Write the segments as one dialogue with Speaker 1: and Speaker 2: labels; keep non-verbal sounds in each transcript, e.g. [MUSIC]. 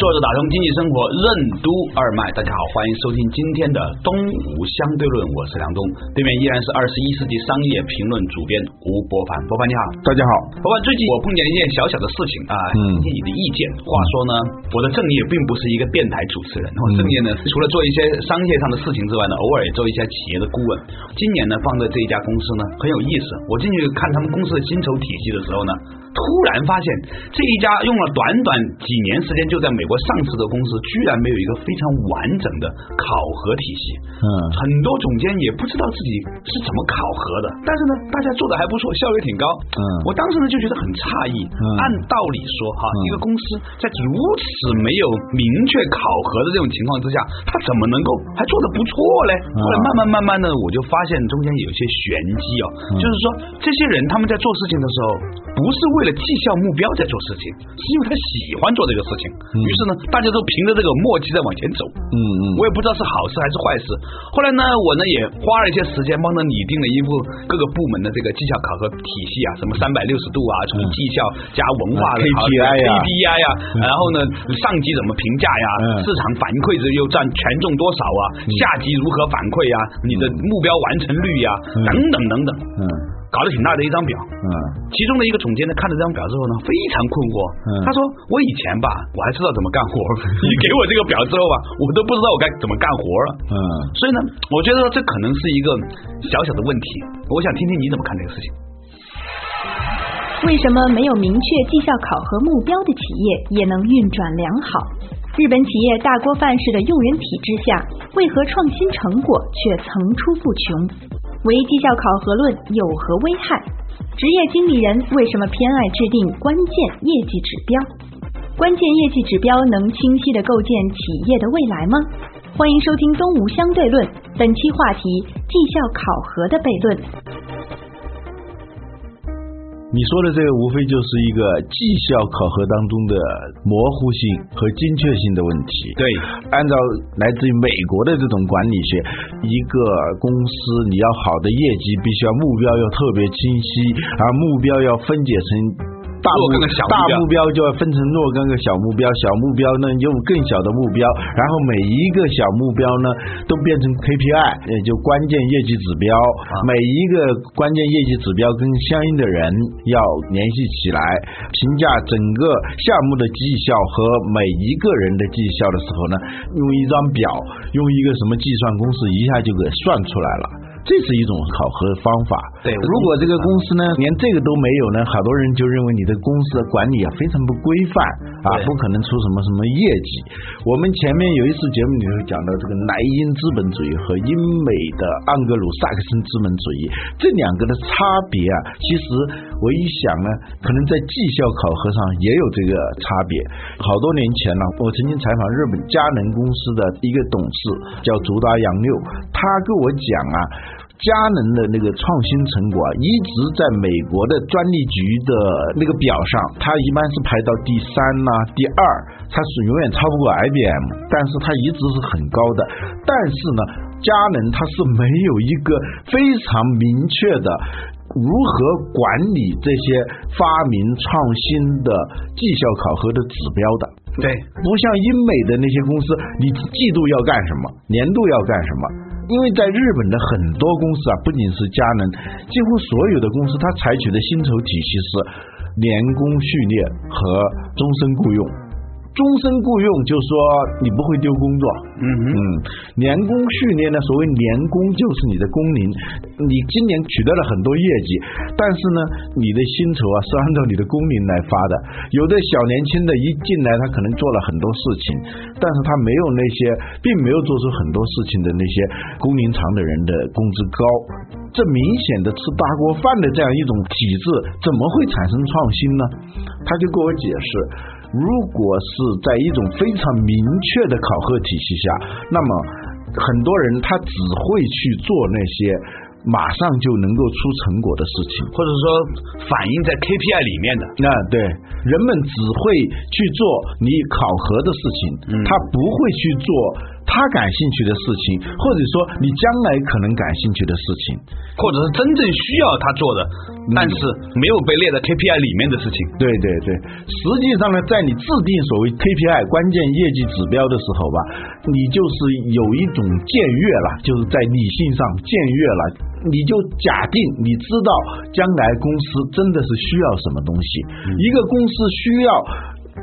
Speaker 1: 坐着打通经济生活任督二脉，大家好，欢迎收听今天的《东吴相对论》，我是梁东，对面依然是二十一世纪商业评论主编吴伯凡，伯凡你好，
Speaker 2: 大家好，
Speaker 1: 伯凡最近我碰见一件小小的事情啊，
Speaker 2: 嗯
Speaker 1: 听听你的意见。话说呢，我的正业并不是一个电台主持人，我正业呢除了做一些商业上的事情之外呢，偶尔也做一些企业的顾问。今年呢放在这一家公司呢很有意思，我进去看他们公司的薪酬体系的时候呢，突然发现这一家用了短短几年时间就在美国上市的公司，居然没有一个非常完整的考核体系。
Speaker 2: 嗯
Speaker 1: 很多总监也不知道自己是怎么考核的，但是呢，大家做的还不错，效率挺高。
Speaker 2: 嗯
Speaker 1: 我当时呢就觉得很诧异。按道理说哈，一个公司在如此没有明确考核的这种情况之下，它怎么能够还做的不错嘞？后来慢慢慢慢的，我就发现中间有一些玄机哦，就是说这些人他们在做事情的时候，不是为了绩效目标在做事情，是因为他喜欢做这个事情。于是呢，大家都凭着这个默契在往前走。
Speaker 2: 嗯嗯，
Speaker 1: 我也不知道是好事还是坏事。后来呢，我呢也花了一些时间帮他拟定了一部各个部门的这个绩效考核体系啊，什么三百六十度啊，从
Speaker 2: 嗯
Speaker 1: 绩效加文化的考核
Speaker 2: KPI 呀
Speaker 1: KPI 呀，啊然后呢上级怎么评价呀，
Speaker 2: 嗯
Speaker 1: 市场反馈这又占权重多少啊，下级如何反馈呀，你的目标完成率呀，等等等等，
Speaker 2: 嗯
Speaker 1: 搞得挺大的一张表。
Speaker 2: 嗯
Speaker 1: 其中的一个总监呢，看了这张表之后呢，非常困惑。
Speaker 2: 嗯
Speaker 1: 他说：“我以前吧，我还知道怎么干活，
Speaker 2: [LAUGHS]
Speaker 1: 你给我这个表之后吧，我都不知道我该怎么干活了。
Speaker 2: 嗯，
Speaker 1: 所以呢，我觉得这可能是一个小小的问题。我想听听你怎么看这个事情。
Speaker 3: 为什么没有明确绩效考核目标的企业也能运转良好？日本企业大锅饭式的用人体制下，为何创新成果却层出不穷？唯绩效考核论有何危害？职业经理人为什么偏爱制定关键业绩指标？关键业绩指标能清晰地构建企业的未来吗？欢迎收听《东吴相对论》，本期话题：绩效考核的悖论。
Speaker 2: 你说的这个无非就是一个绩效考核当中的模糊性和精确性的问题。
Speaker 1: 对，
Speaker 2: 按照来自于美国的这种管理学，一个公司你要好的业绩，必须要目标要特别清晰，而目标要分解成。大
Speaker 1: 若
Speaker 2: 目
Speaker 1: 干个小目标
Speaker 2: 大目标就要分成若干个小目标，小目标呢用更小的目标，然后每一个小目标呢都变成 KPI，也就关键业绩指标。
Speaker 1: 啊
Speaker 2: 每一个关键业绩指标跟相应的人要联系起来，评价整个项目的绩效和每一个人的绩效的时候呢，用一张表，用一个什么计算公式一下就给算出来了。这是一种考核方法。
Speaker 1: 对
Speaker 2: 如果这个公司呢连这个都没有呢，好多人就认为你的公司的管理啊非常不规范啊，
Speaker 1: 对
Speaker 2: 不可能出什么什么业绩。我们前面有一次节目里头讲到这个莱茵资本主义和英美的盎格鲁撒克森资本主义这两个的差别啊，其实我一想呢，可能在绩效考核上也有这个差别。好多年前呢，我曾经采访日本佳能公司的一个董事叫竹达洋六，他跟我讲啊。佳能的那个创新成果啊，一直在美国的专利局的那个表上，它一般是排到第三呐、第二，它是永远超不过 IBM，但是它一直是很高的。但是呢，佳能它是没有一个非常明确的。 [LAUGHS] 如何管理这些发明创新的绩效考核的指标的？
Speaker 1: 对，
Speaker 2: 不像英美的那些公司，你季度要干什么，年度要干什么。因为在日本的很多公司啊，不仅是佳能，几乎所有的公司，它采取的薪酬体系是年功序列和终身雇佣。终身雇佣就是说你不会丢工作，
Speaker 1: 嗯哼
Speaker 2: 嗯，年功序列呢，所谓年功就是你的工龄，你今年取得了很多业绩，但是呢，你的薪酬啊是按照你的工龄来发的。有的小年轻的一进来，他可能做了很多事情，但是他没有那些，并没有做出很多事情的那些工龄长的人的工资高。这明显的吃大锅饭的这样一种体制，怎么会产生创新呢？他就跟我解释，如果是在一种非常明确的考核体系下，那么很多人他只会去做那些马上就能够出成果的事情。
Speaker 1: 或者说反映在 KPI 里面的。
Speaker 2: 那对，人们只会去做你考核的事情，
Speaker 1: 嗯
Speaker 2: 他不会去做他感兴趣的事情，或者说你将来可能感兴趣的事情。
Speaker 1: 或者是真正需要他做的，
Speaker 2: 嗯
Speaker 1: 但是没有被列在 KPI 里面的事情。
Speaker 2: 对对对，实际上呢，在你制定所谓 KPI 关键业绩指标的时候吧，你就是有一种僭越了，就是在理性上僭越了，你就假定你知道将来公司真的是需要什么东西，一个公司需要。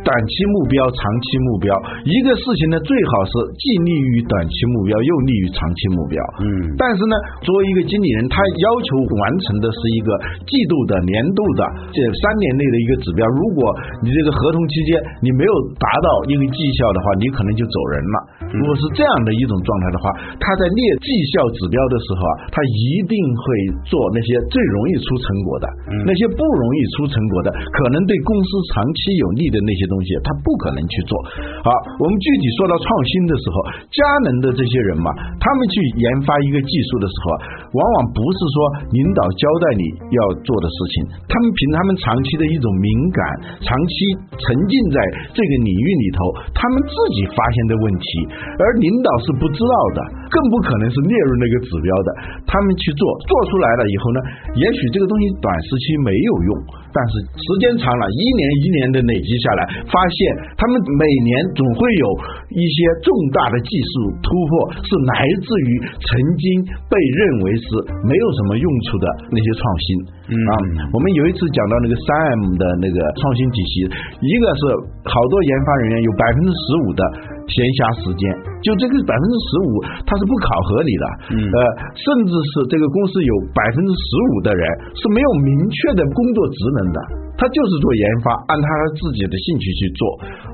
Speaker 2: 短期目标、长期目标，一个事情呢，最好是既利于短期目标，又利于长期目标。嗯，但是呢，作为一个经理人，他要求完成的是一个季度的、年度的这三年内的一个指标。如果你这个合同期间你没有达到一个绩效的话，你可能就走人了。如果是这样的一种状态的话，他在列绩效指标的时候啊，他一定会做那些最容易出成果的，那些不容易出成果的，可能对公司长期有利的那些东西，他不可能去做。好，我们具体说到创新的时候，佳能的这些人嘛，他们去研发一个技术的时候啊，往往不是说领导交代你要做的事情，他们凭他们长期的一种敏感，长期沉浸在这个领域里头，他们自己发现的问题，而领导是不知道的，更不可能是列入那个指标的。他们去做，做出来了以后呢，也许这个东西短时期没有用，但是时间长了，一年一年的累积下来，发现他们每年总会有一些重大的技术突破，是来自于曾经被认为是没有什么用处的那些创新。嗯啊，我们有一次讲到那个三 M 的那个创新体系，一个是好多研发人员有百分之十五的闲暇时间，就这个百分之十五它是不考核你的，
Speaker 1: 嗯
Speaker 2: 呃，甚至是这个公司有百分之十五的人是没有明确的工作职能的。他就是做研发，按他自己的兴趣去做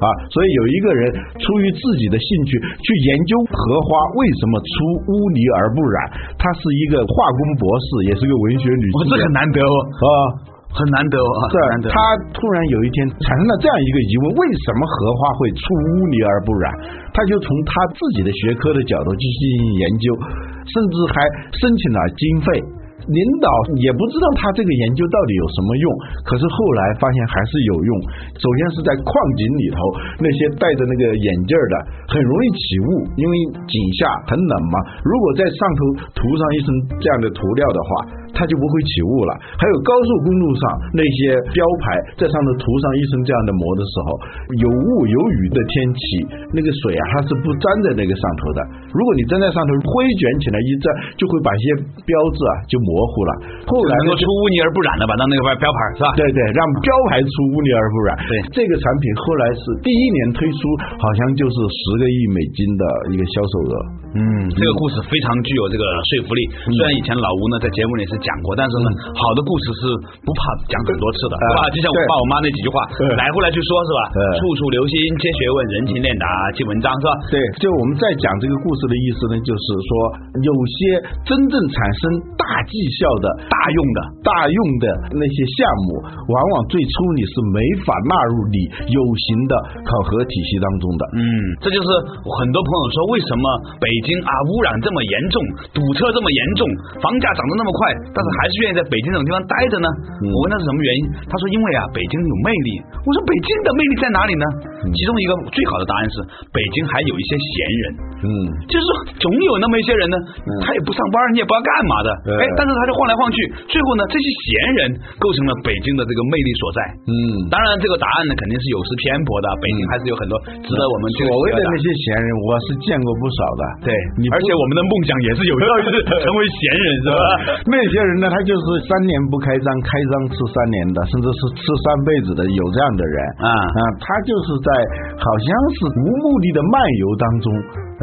Speaker 2: 啊，所以有一个人出于自己的兴趣去研究荷花为什么出污泥而不染，他是一个化工博士，也是个文学女
Speaker 1: 我这
Speaker 2: 青年
Speaker 1: 很难得哦，
Speaker 2: 啊，
Speaker 1: 很难得哦，很难得
Speaker 2: 对，。他突然有一天产生了这样一个疑问：为什么荷花会出污泥而不染？他就从他自己的学科的角度去进行研究，甚至还申请了经费。领导也不知道他这个研究到底有什么用，可是后来发现还是有用。首先是在矿井里头，那些戴着那个眼镜儿的很容易起雾，因为井下很冷嘛。如果在上头涂上一层这样的涂料的话，它就不会起雾了。还有高速公路上那些标牌在上头涂上一层这样的膜的时候，有雾有雨的天气，那个水啊它是不粘在那个上头的。如果你粘在上头，灰卷起来一粘，就会把一些标志啊就模糊了。后来
Speaker 1: 能够，
Speaker 2: 呢
Speaker 1: 出污泥而不染的吧，当那个标标牌是吧？
Speaker 2: 对对，让标牌出污泥而不染。
Speaker 1: 对
Speaker 2: 这个产品后来是第一年推出，好像就是十个亿美金的一个销售额。
Speaker 1: 嗯，这个故事非常具有这个说服力。
Speaker 2: 嗯
Speaker 1: 虽然以前老吴呢在节目里是讲过，但是呢，好的故事是不怕讲很多次的，
Speaker 2: 呃
Speaker 1: 对吧？就像我
Speaker 2: 嗯对
Speaker 1: 爸我妈那几句话
Speaker 2: 嗯，
Speaker 1: 来回来去说是吧
Speaker 2: 嗯？
Speaker 1: 处处留心皆学问，人勤练达即文章是吧？
Speaker 2: 对，就我们在讲这个故事的意思呢，就是说有些真正产生大绩效的、大用的、大用的那些项目，往往最初你是没法纳入你有形的考核体系当中的。
Speaker 1: 嗯，这就是很多朋友说为什么北京啊污染这么严重，堵车这么严重，房价涨得那么快，但是还是愿意在北京这种地方待着呢？我问他是什么原因，他说因为啊北京有魅力。我说北京的魅力在哪里呢？其中一个最好的答案是北京还有一些闲人，
Speaker 2: 嗯，
Speaker 1: 就是说总有那么一些人呢，他也不上班，你也不知道干嘛的，
Speaker 2: 对
Speaker 1: 哎，但是他就晃来晃去，最后呢这些闲人构成了北京的这个魅力所在。
Speaker 2: 嗯，
Speaker 1: 当然，这个答案呢肯定是有失偏颇的。北京还是有很多值得我们去
Speaker 2: 所谓的那
Speaker 1: 些
Speaker 2: 些闲人，我是见过不少的。
Speaker 1: 对
Speaker 2: 你，不
Speaker 1: 而且我们的梦想也是 [LAUGHS] 有朝一日成为闲人，是吧？
Speaker 2: 那些人呢，他就是三年不开张，开张吃三年的，甚至是吃三辈子的，有这样的人
Speaker 1: 啊
Speaker 2: 啊，他就是在好像是无目的的漫游当中，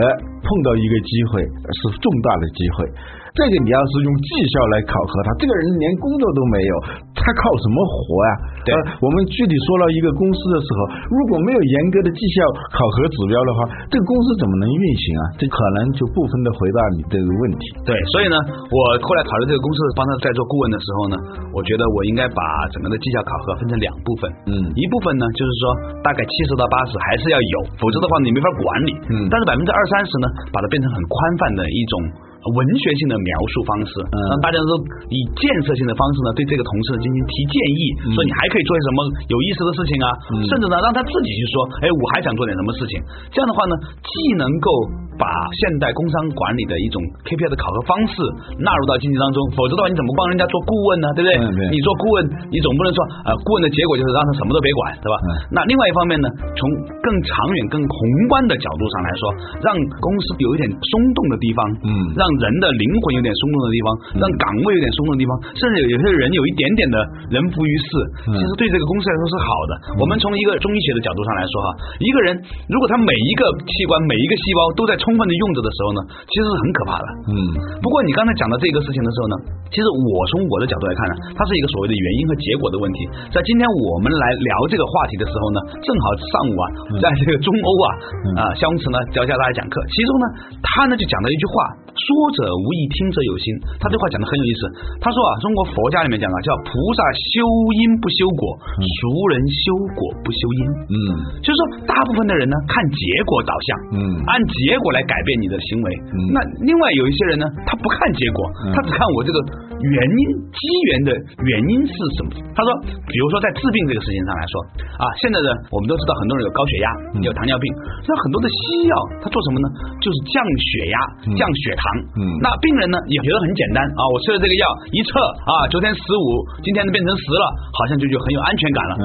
Speaker 2: 呃，碰到一个机会是重大的机会。这个你要是用绩效来考核他，这个人连工作都没有，他靠什么活呀、
Speaker 1: 对
Speaker 2: 呃我们具体说到一个公司的时候，如果没有严格的绩效考核指标的话，这个公司怎么能运行啊？这可能就部分的回答你这个问题。
Speaker 1: 对，所以呢，我后来考虑这个公司帮他在做顾问的时候呢，我觉得我应该把整个的绩效考核分成两部分。
Speaker 2: 嗯
Speaker 1: 一部分呢，就是说大概七十到八十还是要有，否则的话你没法管理。
Speaker 2: 嗯
Speaker 1: 但是百分之二三十呢，把它变成很宽泛的一种。呃文学性的描述方式，
Speaker 2: 嗯
Speaker 1: 让大家都以建设性的方式呢，对这个同事进行提建议，
Speaker 2: 嗯
Speaker 1: 说你还可以做些什么有意思的事情啊，
Speaker 2: 嗯
Speaker 1: 甚至呢让他自己去说，哎，我还想做点什么事情。这样的话呢，既能够把现代工商管理的一种 KPI 的考核方式纳入到经济当中，否则的话你怎么帮人家做顾问呢？对不对？
Speaker 2: 嗯对
Speaker 1: 你做顾问，你总不能说呃，顾问的结果就是让他什么都别管，对吧？
Speaker 2: 嗯
Speaker 1: 那另外一方面呢，从更长远、更宏观的角度上来说，让公司有一点松动的地方，
Speaker 2: 嗯
Speaker 1: 让人的灵魂有点松动的地方，让岗位有点松动的地方，甚至有些人有一点点的人浮于事，其
Speaker 2: 嗯
Speaker 1: 实对这个公司来说是好的。我们从一个中医学的角度上来说哈，一个人如果他每一个器官、每一个细胞都在充分的用着的时候呢，其实是很可怕的。
Speaker 2: 嗯
Speaker 1: 不过你刚才讲到这个事情的时候呢，其实我从我的角度来看呢，它是一个所谓的原因和结果的问题。在今天我们来聊这个话题的时候呢，正好上午啊，在这个中欧啊啊，肖恩慈呢教教大家讲课，其中呢他呢就讲了一句话：说者无意，听者有心。他这话讲的很有意思，他说啊，中国佛家里面讲啊，叫菩萨修因不修果，俗人修果不修因。
Speaker 2: 嗯
Speaker 1: 就是说，大部分的人呢，看结果导向，
Speaker 2: 嗯
Speaker 1: 按结果来改变你的行为。
Speaker 2: 嗯
Speaker 1: 那另外有一些人呢，他不看结果，
Speaker 2: 嗯
Speaker 1: 他只看我这个原因机缘的原因是什么。他说，比如说在治病这个事情上来说啊，现在的我们都知道很多人有高血压，
Speaker 2: 嗯
Speaker 1: 有糖尿病，那很多的西药它做什么呢？就是降血压、
Speaker 2: 嗯
Speaker 1: 降血糖。
Speaker 2: 嗯
Speaker 1: 那病人呢也觉得很简单啊，我吃了这个药一测啊，昨天十五，今天变成十了，好像就就很有安全感了。
Speaker 2: 嗯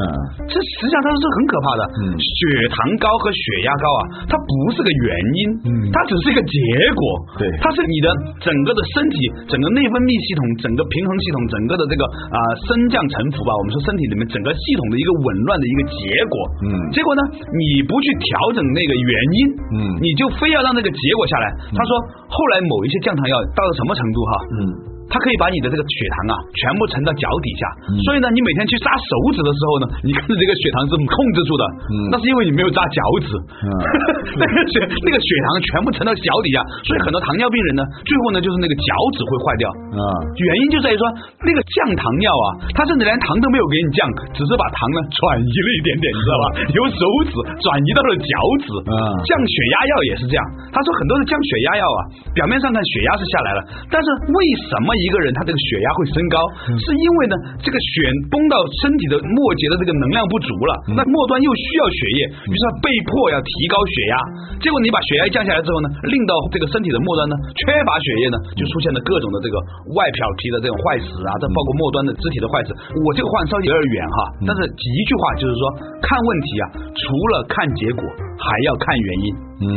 Speaker 1: 这实际上它是很可怕的。
Speaker 2: 嗯
Speaker 1: 血糖高和血压高啊，它不是个原因，
Speaker 2: 嗯
Speaker 1: 它只是一个结果。
Speaker 2: 对
Speaker 1: 它是你的整个的身体、整个内分泌系统、整个平衡系统、整个的这个啊、升降沉浮吧，我们说身体里面整个系统的一个紊乱的一个结果。
Speaker 2: 嗯
Speaker 1: 结果呢，你不去调整那个原因，
Speaker 2: 嗯
Speaker 1: 你就非要让那个结果下来。他说，后来某一些降糖药到了什么程度哈、
Speaker 2: 嗯
Speaker 1: 它可以把你的这个血糖啊全部沉到脚底下，
Speaker 2: 嗯
Speaker 1: 所以呢，你每天去扎手指的时候呢，你看着这个血糖是控制住的，
Speaker 2: 嗯
Speaker 1: 那是因为你没有扎脚趾，
Speaker 2: 嗯
Speaker 1: [LAUGHS] 那个血那个血糖全部沉到脚底下，所以很多糖尿病人呢，最后呢就是那个脚趾会坏掉。
Speaker 2: 啊
Speaker 1: 原因就在于说，那个降糖药啊，它甚至连糖都没有给你降，只是把糖呢转移了一点点，你知道吧？ [LAUGHS] 由手指转移到了脚趾。
Speaker 2: 嗯
Speaker 1: 降血压药也是这样。他说很多的降血压药啊，表面上看血压是下来了，但是为什么一个人他这个血压会升高？是因为呢，这个血崩到身体的末节的这个能量不足了，那末端又需要血液，于是他被迫要提高血压。结果你把血压一降下来之后呢，令到这个身体的末端呢缺乏血液呢，就出现了各种的这个外表皮的这种坏死啊，这包括末端的肢体的坏死。我这个话稍微有点远哈，但是一句话就是说，看问题啊，除了看结果，还要看原因。
Speaker 2: 嗯，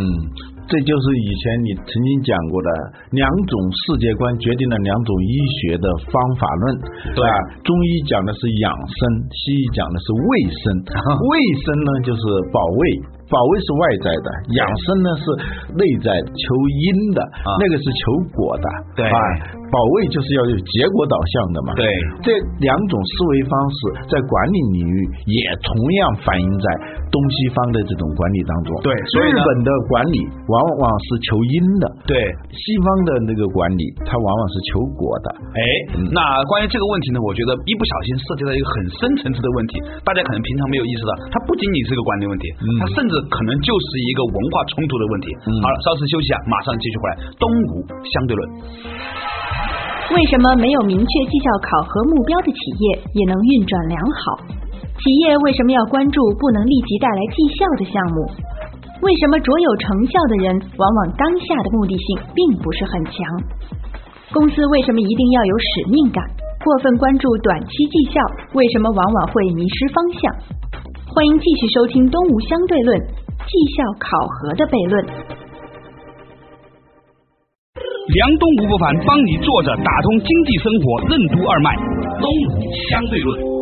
Speaker 2: 这就是以前你曾经讲过的两种世界观决定了两种医学的方法论。
Speaker 1: 对
Speaker 2: 啊，中医讲的是养生，西医讲的是卫
Speaker 1: [LAUGHS]
Speaker 2: 生。卫生呢就是保卫。保卫是外在的，养生呢是内在的求因的，那个是求果的。
Speaker 1: 啊对
Speaker 2: 啊，保卫就是要有结果导向的嘛。
Speaker 1: 对
Speaker 2: 这两种思维方式在管理领域也同样反映在东西方的这种管理当中。
Speaker 1: 对所以
Speaker 2: 日
Speaker 1: 呢
Speaker 2: 本的管理往往是求因的，
Speaker 1: 对，
Speaker 2: 西方的那个管理它往往是求果的。
Speaker 1: 哎，那关于这个问题呢，我觉得一不小心涉及到一个很深层次的问题，大家可能平常没有意识到，它不仅仅是一个管理问题，它甚至可能就是一个文化冲突的问题。好了，稍事休息啊，马上继续回来。东吴相对论，
Speaker 3: 为什么没有明确绩效考核目标的企业也能运转良好？企业为什么要关注不能立即带来绩效的项目？为什么卓有成效的人往往当下的目的性并不是很强？公司为什么一定要有使命感？过分关注短期绩效，为什么往往会迷失方向？欢迎继续收听《东吴相对论》绩效考核的悖论。
Speaker 4: 梁东吴不凡帮你坐着打通经济生活任督二脉，东吴相对论。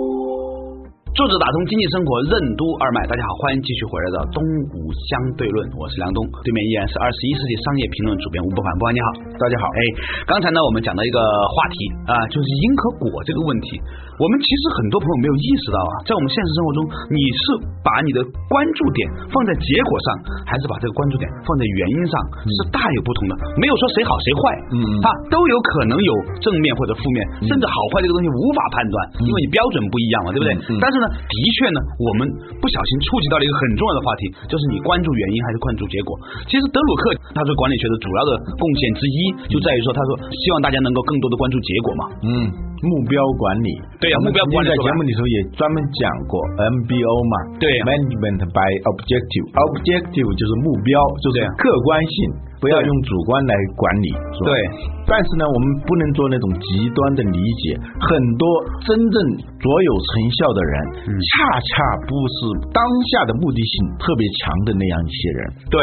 Speaker 1: 作者打通经济生活任督二脉，大家好，欢迎继续回来到东吴相对论，我是梁东，对面依然是二十一世纪商业评论主编吴伯凡，伯凡你好，大家好，哎，刚才呢我们讲到一个话题啊，就是因和果这个问题，我们其实很多朋友没有意识到啊，在我们现实生活中，你是把你的关注点放在结果上，还是把这个关注点放在原因上，是大有不同的，没有说谁好谁坏，
Speaker 2: 嗯嗯
Speaker 1: 啊，都有可能有正面或者负面，甚至好坏这个东西无法判断，因为你标准不一样嘛，对不对？
Speaker 2: 嗯嗯嗯
Speaker 1: 但是呢，的确呢，我们不小心触及到了一个很重要的话题，就是你关注原因还是关注结果。其实德鲁克他对管理学的主要的贡献之一，就在于说，他说希望大家能够更多的关注结果嘛。
Speaker 2: 嗯，目标管理。
Speaker 1: 对呀
Speaker 2: 我
Speaker 1: 目
Speaker 2: 们
Speaker 1: 标管理
Speaker 2: 曾经在
Speaker 1: 是吧
Speaker 2: 节目里头也专门讲过 MBO 嘛，
Speaker 1: 对呀
Speaker 2: ，Management by Objective。Objective 就是目标，就
Speaker 1: 对
Speaker 2: 是
Speaker 1: 呀
Speaker 2: 客观性，不要
Speaker 1: 对
Speaker 2: 用主观来管理，是吧
Speaker 1: 对。
Speaker 2: 但是呢，我们不能做那种极端的理解。很多真正卓有成效的人，恰恰不是当下的目的性特别强的那样一些人。
Speaker 1: 对，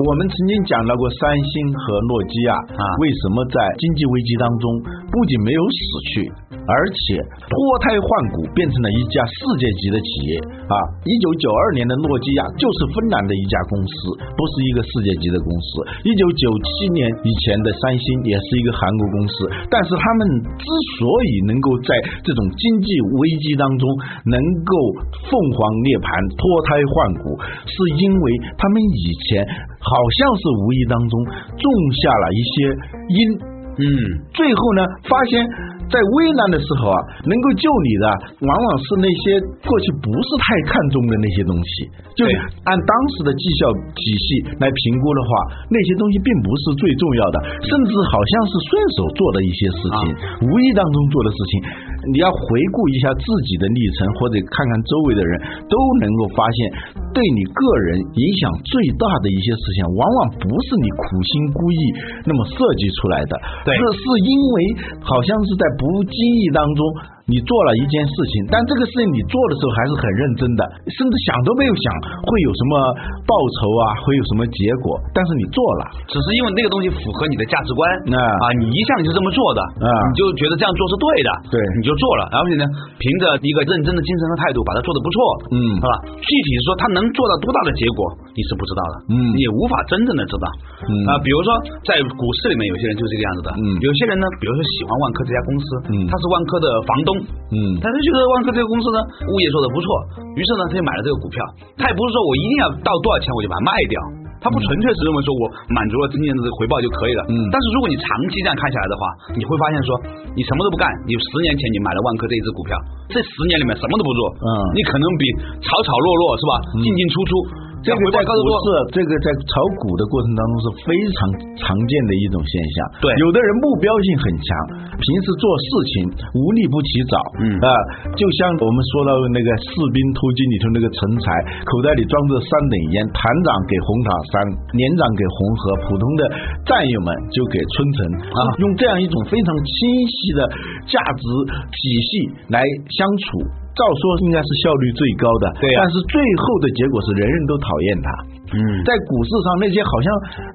Speaker 2: 我们曾经讲到过三星和诺基亚
Speaker 1: 啊
Speaker 2: 为什么在经济危机当中不仅没有死去，而且脱胎换骨变成了一家世界级的企业啊！一九九二年的诺基亚就是芬兰的一家公司，不是一个世界级的公司。一九九七年以前的三星也是一个韩国公司，但是他们之所以能够在这种经济危机当中能够凤凰涅槃、脱胎换骨，是因为他们以前好像是无意当中种下了一些因。
Speaker 1: 嗯，
Speaker 2: 最后呢，发现，在危难的时候啊，能够救你的，往往是那些过去不是太看重的那些东西。就是
Speaker 1: 对
Speaker 2: 按当时的绩效体系来评估的话，那些东西并不是最重要的，甚至好像是顺手做的一些事情，无意当中做的事情。你要回顾一下自己的历程，或者看看周围的人，都能够发现，对你个人影响最大的一些事情，往往不是你苦心孤诣那么设计出来的，
Speaker 1: 对
Speaker 2: 这是因为好像是在不经意当中。你做了一件事情，但这个事情你做的时候还是很认真的，甚至想都没有想会有什么报酬啊，会有什么结果，但是你做了，
Speaker 1: 只是因为那个东西符合你的价值观
Speaker 2: 嗯
Speaker 1: 啊，你一向就这么做的，
Speaker 2: 嗯
Speaker 1: 你就觉得这样做是对的，
Speaker 2: 对
Speaker 1: 你就做了，而且呢，凭着一个认真的精神和态度，把它做得不错，
Speaker 2: 嗯
Speaker 1: 是吧？具体说他能做到多大的结果，你是不知道的，
Speaker 2: 嗯
Speaker 1: 你也无法真正的知道，
Speaker 2: 嗯
Speaker 1: 啊，比如说在股市里面，有些人就是这个样子的，
Speaker 2: 嗯
Speaker 1: 有些人呢，比如说喜欢万科这家公司，
Speaker 2: 嗯
Speaker 1: 他是万科的房东，
Speaker 2: 嗯
Speaker 1: 他就觉得万科这个公司呢，物业做的不错，于是呢，他就买了这个股票。他也不是说我一定要到多少钱我就把它卖掉，他不纯粹是认为说我满足了今年的这个回报就可以了。
Speaker 2: 嗯
Speaker 1: 但是如果你长期这样看下来的话，你会发现说，你什么都不干，你十年前你买了万科这一只股票，这十年里面什么都不做，
Speaker 2: 嗯
Speaker 1: 你可能比炒炒落落是吧，进进出出，这
Speaker 2: 这
Speaker 1: 样嗯
Speaker 2: 个
Speaker 1: 回报
Speaker 2: 在
Speaker 1: 高得
Speaker 2: 股
Speaker 1: 多。
Speaker 2: 市，这个在炒股的过程当中是非常常见的一种现象。
Speaker 1: 对
Speaker 2: 有的人目标性很强，平时做事情无利不起早，
Speaker 1: 嗯
Speaker 2: 啊、就像我们说到那个《士兵突击》里头那个成才，口袋里装着三等烟，团长给红塔山，连长给红河，普通的战友们就给春城啊，
Speaker 1: 嗯
Speaker 2: 用这样一种非常清晰的价值体系来相处。照说应该是效率最高的，
Speaker 1: 对呀
Speaker 2: 但是最后的结果是人人都讨厌他。
Speaker 1: 嗯，
Speaker 2: 在股市上，那些好像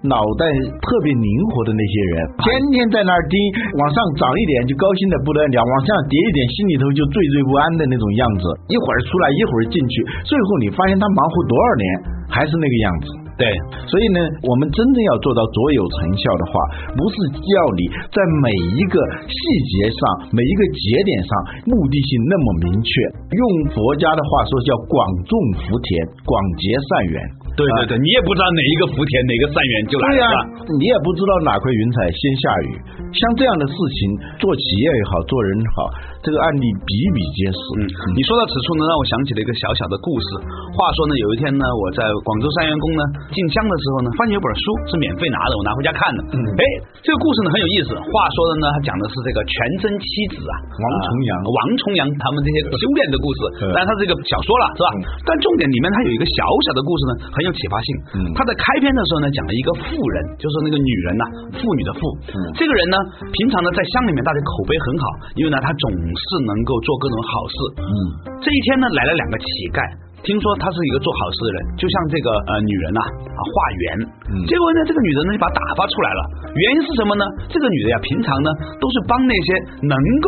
Speaker 2: 脑袋特别灵活的那些人，天天在那儿盯，往上涨一点就高兴的不得了，往下跌一点心里头就惴惴不安的那种样子，一会儿出来，一会儿进去，最后你发现他忙活多少年还是那个样子。
Speaker 1: 对，
Speaker 2: 所以呢，我们真正要做到卓有成效的话，不是要你在每一个细节上、每一个节点上目的性那么明确。用佛家的话说，叫广种福田，广结善缘。
Speaker 1: 对对对，你也不知道哪一个福田哪个善缘就来了。
Speaker 2: 对呀、
Speaker 1: 是吧
Speaker 2: 你也不知道哪块云彩先下雨。像这样的事情，做企业也好，做人也好，这个案例比比皆是。
Speaker 1: 嗯，你说到此处呢，让我想起了一个小小的故事。话说呢，有一天呢，我在广州三元宫呢进香的时候呢，发现有本书是免费拿的，我拿回家看的。
Speaker 2: 嗯
Speaker 1: 哎，这个故事呢很有意思。话说的呢，它讲的是这个全真七子啊，
Speaker 2: 王重阳
Speaker 1: 啊王重阳他们这些修炼的故事
Speaker 2: 嗯。
Speaker 1: 当然，它是一个小说了，是吧
Speaker 2: 嗯？
Speaker 1: 但重点里面它有一个小小的故事呢，很有启发性
Speaker 2: 嗯。
Speaker 1: 它在开篇的时候呢，讲了一个妇人，就是那个女人呐、妇女的妇。
Speaker 2: 嗯
Speaker 1: 这个人呢，平常呢在乡里面大家口碑很好，因为呢她总是能够做各种好事。
Speaker 2: 嗯
Speaker 1: 这一天呢，来了两个乞丐，听听说他是一个做好事的人，就像这个呃女人呐啊化缘，
Speaker 2: 嗯
Speaker 1: 结果呢这个女人呢就把她打发出来了，原因是什么呢？这个女的呀平常呢都是帮那些能够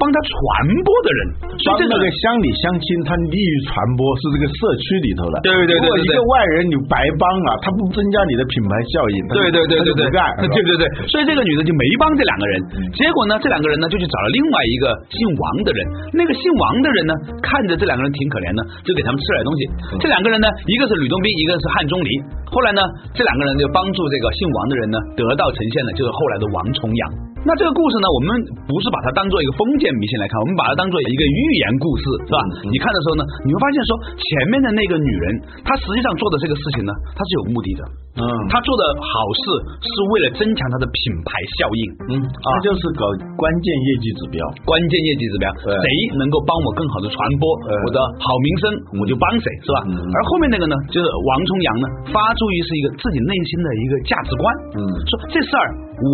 Speaker 1: 帮她传播的人，所以
Speaker 2: 当
Speaker 1: 这
Speaker 2: 那
Speaker 1: 个
Speaker 2: 个乡里乡亲，他利于传播是这个社区里头的。
Speaker 1: 对对对对
Speaker 2: 如果一
Speaker 1: 对
Speaker 2: 个外人你白帮啊，他不增加你的品牌效应。他
Speaker 1: 对对对对对，
Speaker 2: 他就不干。
Speaker 1: 对对对，所以这个女的就没帮这两个人。结果呢，这两个人呢就去找了另外一个姓王的人。那个姓王的人呢，看着这两个人挺可怜的，就给他们吃点东西。这两个人呢，一个是吕洞宾，一个是汉钟离。后来呢，这两个人就帮助这个姓王的人呢，得到呈现的就是后来的王重阳。那这个故事呢，我们不是把它当做一个封建迷信来看，我们把它当做一个寓言故事，是吧？
Speaker 2: 嗯
Speaker 1: 你看的时候呢，你会发现说前面的那个女人，她实际上做的这个事情呢，她是有目的的。
Speaker 2: 嗯，
Speaker 1: 他做的好事是为了增强他的品牌效应，
Speaker 2: 嗯，
Speaker 1: 啊
Speaker 2: 他就是搞关键业绩指标。
Speaker 1: 关键业绩指标，
Speaker 2: 对
Speaker 1: 谁能够帮我更好的传播我的好名声，我就帮谁，是吧？
Speaker 2: 嗯
Speaker 1: 而后面那个呢，就是王重阳呢，发出于是一个自己内心的一个价值观，
Speaker 2: 嗯
Speaker 1: 说这事儿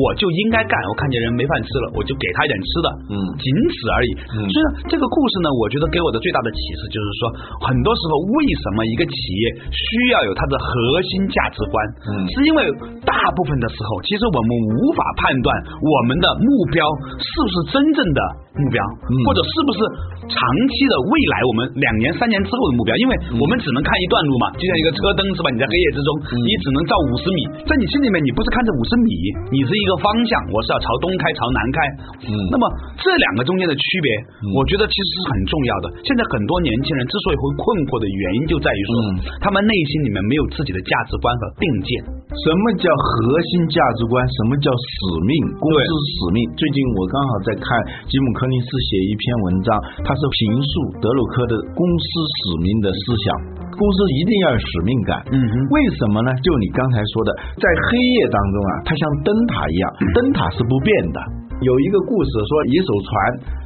Speaker 1: 我就应该干，我看见人没饭吃了，我就给他一点吃的，
Speaker 2: 嗯
Speaker 1: 仅此而已。
Speaker 2: 嗯
Speaker 1: 所以呢，这个故事呢，我觉得给我的最大的启示就是说，很多时候为什么一个企业需要有它的核心价值观，
Speaker 2: 嗯
Speaker 1: 是因为大部分的时候，其实我们无法判断我们的目标是不是真正的目标，
Speaker 2: 嗯
Speaker 1: 或者是不是长期的未来我们两年、三年之后的目标，因为
Speaker 2: 嗯
Speaker 1: 我们只能看一段路嘛，就像一个车灯是吧？你在黑夜之中，
Speaker 2: 嗯
Speaker 1: 你只能照五十米，在你心里面你不是看着五十米，你是一个方向，我是要朝东开、朝南开。
Speaker 2: 嗯
Speaker 1: 那么这两个中间的区别，我觉得其实是很重要的。现在很多年轻人之所以会困惑的原因，就在于说、
Speaker 2: 嗯
Speaker 1: 他们内心里面没有自己的价值观和定见。
Speaker 2: 什么叫核心价值观？什么叫使命？公司使命。最近我刚好在看吉姆·柯林斯写一篇文章，他是评述德鲁克的公司使命的思想。公司一定要有使命感。
Speaker 1: 嗯哼
Speaker 2: 为什么呢？就你刚才说的，在黑夜当中啊，它像灯塔一样，
Speaker 1: 嗯
Speaker 2: 灯塔是不变的。有一个故事说，一艘船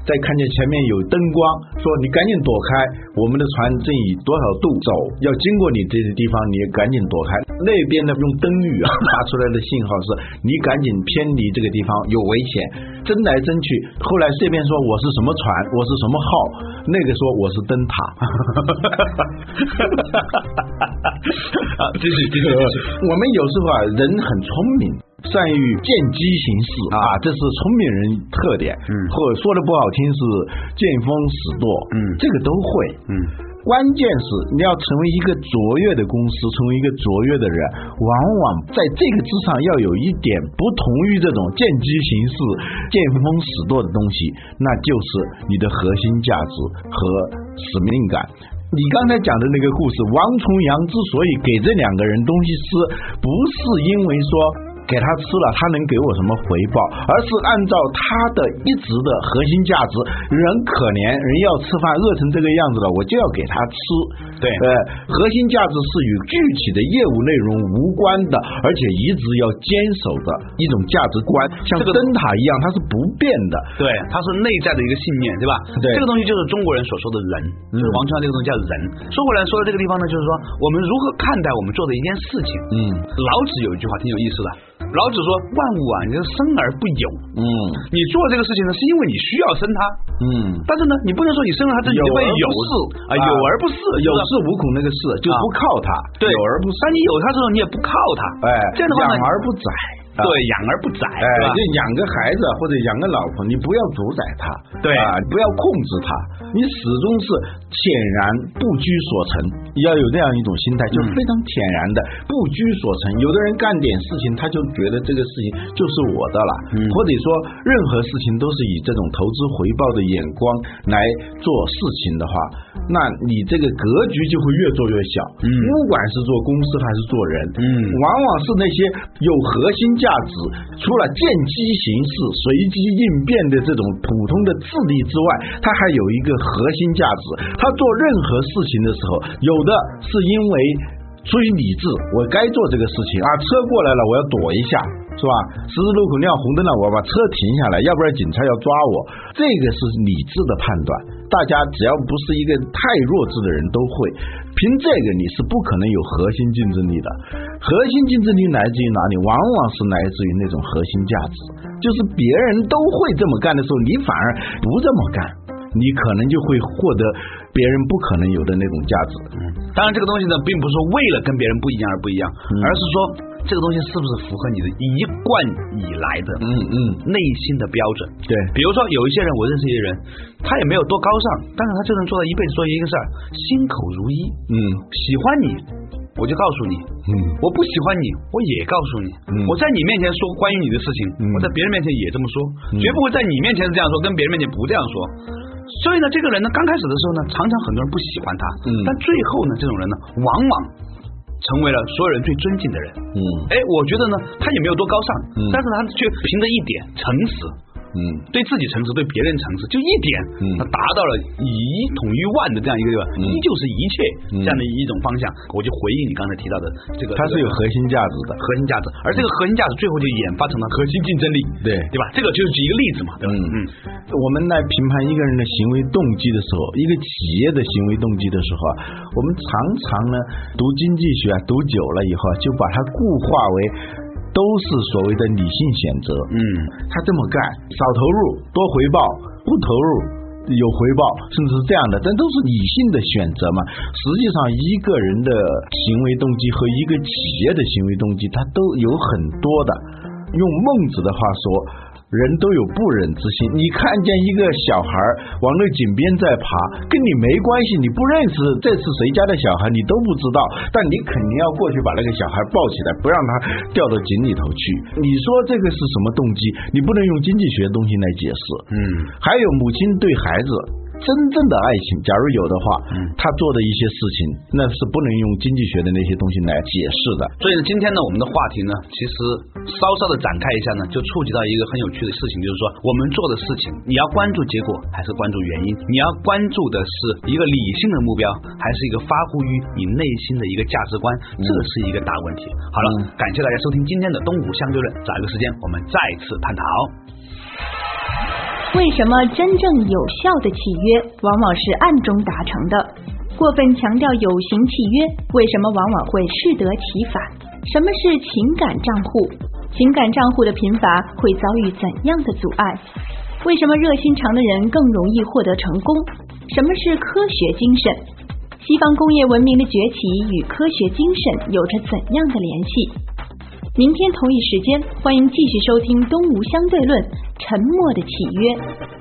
Speaker 2: 在看见前面有灯光，说你赶紧躲开，我们的船正以多少度走，要经过你这些地方，你也赶紧躲开。那边的用灯语啊发出来的信号是，你赶紧偏离这个地方，有危险。争来争去，后来这边说我是什么船，我是什么号，那个说我是灯塔。
Speaker 1: 啊，继续继续继续。
Speaker 2: [LAUGHS] 我们有时候啊，人很聪明，善于见机行事啊，这是聪明人特点。嗯或者说的不好听是见风使舵。
Speaker 1: 嗯
Speaker 2: 这个都会。
Speaker 1: 嗯，
Speaker 2: 关键是你要成为一个卓越的公司，成为一个卓越的人，往往在这个之上要有一点不同于这种见机行事、见风使舵的东西，那就是你的核心价值和使命感。你刚才讲的那个故事，王重阳之所以给这两个人东西吃，不是因为说给他吃了，他能给我什么回报？而是按照他的一直的核心价值，人可怜，人要吃饭，饿成这个样子了，我就要给他吃。
Speaker 1: 对
Speaker 2: 呃，核心价值是与具体的业务内容无关的，而且一直要坚守的一种价值观，像
Speaker 1: 这个
Speaker 2: 灯塔一样，它是不变的。
Speaker 1: 对，它是内在的一个信念，对吧？
Speaker 2: 对嗯
Speaker 1: 这个东西就是中国人所说的人，就是王川这个东西叫人。说回来说到这个地方呢，就是说我们如何看待我们做的一件事情。
Speaker 2: 嗯
Speaker 1: 老子有一句话挺有意思的，老子说万物啊，你就生而不有。
Speaker 2: 嗯
Speaker 1: 你做这个事情呢，是因为你需要生它，
Speaker 2: 嗯。
Speaker 1: 但是呢，你不能说你生了它，自己就会有啊，有而不是，
Speaker 2: 有
Speaker 1: 是啊
Speaker 2: 恃无恐那个恃，就不靠它，
Speaker 1: 对，
Speaker 2: 有而不恃，
Speaker 1: 但你有它之后，你也不靠它，
Speaker 2: 哎，
Speaker 1: 这样的话呢
Speaker 2: 养而不宰，啊
Speaker 1: 对，养而不宰，
Speaker 2: 哎
Speaker 1: 对吧，
Speaker 2: 就养个孩子或者养个老婆，你不要主宰他，
Speaker 1: 对
Speaker 2: 啊，不要控制他，你始终是显然不居所成，要有这样一种心态，就
Speaker 1: 嗯
Speaker 2: 非常显然的不居所成。有的人干点事情，他就觉得这个事情就是我的了，
Speaker 1: 嗯
Speaker 2: 或者说任何事情都是以这种投资回报的眼光来做事情的话，那你这个格局就会越做越小。
Speaker 1: 嗯
Speaker 2: 不管是做公司还是做人，
Speaker 1: 嗯
Speaker 2: 往往是那些有核心价值、除了见机行事、随机应变的这种普通的智力之外，他还有一个核心价值。他做任何事情的时候，有的是因为。出于理智，我该做这个事情啊！车过来了，我要躲一下，是吧？十字路口亮红灯了，我要把车停下来，要不然警察要抓我。这个是理智的判断，大家只要不是一个太弱智的人都会。凭这个，你是不可能有核心竞争力的。核心竞争力来自于哪里？往往是来自于那种核心价值，就是别人都会这么干的时候，你反而不这么干。你可能就会获得别人不可能有的那种价值。
Speaker 1: 当然，这个东西呢，并不是说为了跟别人不一样而不一样，
Speaker 2: 嗯
Speaker 1: 而是说这个东西是不是符合你的一贯以来的
Speaker 2: 嗯嗯，
Speaker 1: 内心的标准。
Speaker 2: 对，
Speaker 1: 比如说有一些人，我认识一些人，他也没有多高尚，但是他就能做到一辈子做一个事儿，心口如一。
Speaker 2: 嗯
Speaker 1: 喜欢你，我就告诉你；
Speaker 2: 嗯
Speaker 1: 我不喜欢你，我也告诉你。
Speaker 2: 嗯
Speaker 1: 我在你面前说关于你的事情，
Speaker 2: 嗯
Speaker 1: 我在别人面前也这么说，绝不会在你面前是这样说，跟别人面前不这样说。所以呢，这个人呢，刚开始的时候呢，常常很多人不喜欢他，
Speaker 2: 嗯
Speaker 1: 但最后呢，这种人呢，往往成为了所有人最尊敬的人。
Speaker 2: 嗯
Speaker 1: 哎，我觉得呢，他也没有多高尚，
Speaker 2: 嗯
Speaker 1: 但是他却凭着一点诚实，
Speaker 2: 嗯
Speaker 1: 对自己诚实，对别人诚实，就一点，
Speaker 2: 嗯
Speaker 1: 他达到了以一统于万的这样一个，
Speaker 2: 嗯
Speaker 1: 依旧是一切
Speaker 2: 嗯
Speaker 1: 这样的一种方向。我就回应你刚才提到的这个，
Speaker 2: 它是有
Speaker 1: 这个
Speaker 2: 核心价值的。
Speaker 1: 核心价值，而这个核心价值最后就演发成了核心竞争力，
Speaker 2: 对
Speaker 1: 对吧？这个就是举一个例子嘛，对吧？
Speaker 2: 嗯，我们来评判一个人的行为动机的时候，一个企业的行为动机的时候啊，我们常常呢读经济学啊，读久了以后啊就把它固化为都是所谓的理性选择。
Speaker 1: 嗯
Speaker 2: 他这么干，少投入多回报，不投入有回报，甚至是这样的，但都是理性的选择嘛。实际上，一个人的行为动机和一个企业的行为动机，它都有很多的。用孟子的话说。人都有不忍之心，你看见一个小孩儿往那井边在爬，跟你没关系，你不认识这是谁家的小孩，你都不知道，但你肯定要过去把那个小孩抱起来，不让他掉到井里头去。你说这个是什么动机？你不能用经济学的东西来解释。
Speaker 1: 嗯
Speaker 2: 还有母亲对孩子真正的爱情，假如有的话，他做的一些事情，那是不能用经济学的那些东西来解释的。
Speaker 1: 所以呢，今天呢，我们的话题呢，其实稍稍的展开一下呢，就触及到一个很有趣的事情，就是说我们做的事情，你要关注结果还是关注原因？你要关注的是一个理性的目标，还是一个发乎于你内心的一个价值观？这是一个大问题。好了，
Speaker 2: 嗯
Speaker 1: 感谢大家收听今天的东吴相对论，找一个时间我们再次探讨。
Speaker 3: 为什么真正有效的契约往往是暗中达成的？过分强调有形契约，为什么往往会适得其反？什么是情感账户？情感账户的贫乏会遭遇怎样的阻碍？为什么热心肠的人更容易获得成功？什么是科学精神？西方工业文明的崛起与科学精神有着怎样的联系？明天同一时间，欢迎继续收听《东吴相对论：沉默的契约》。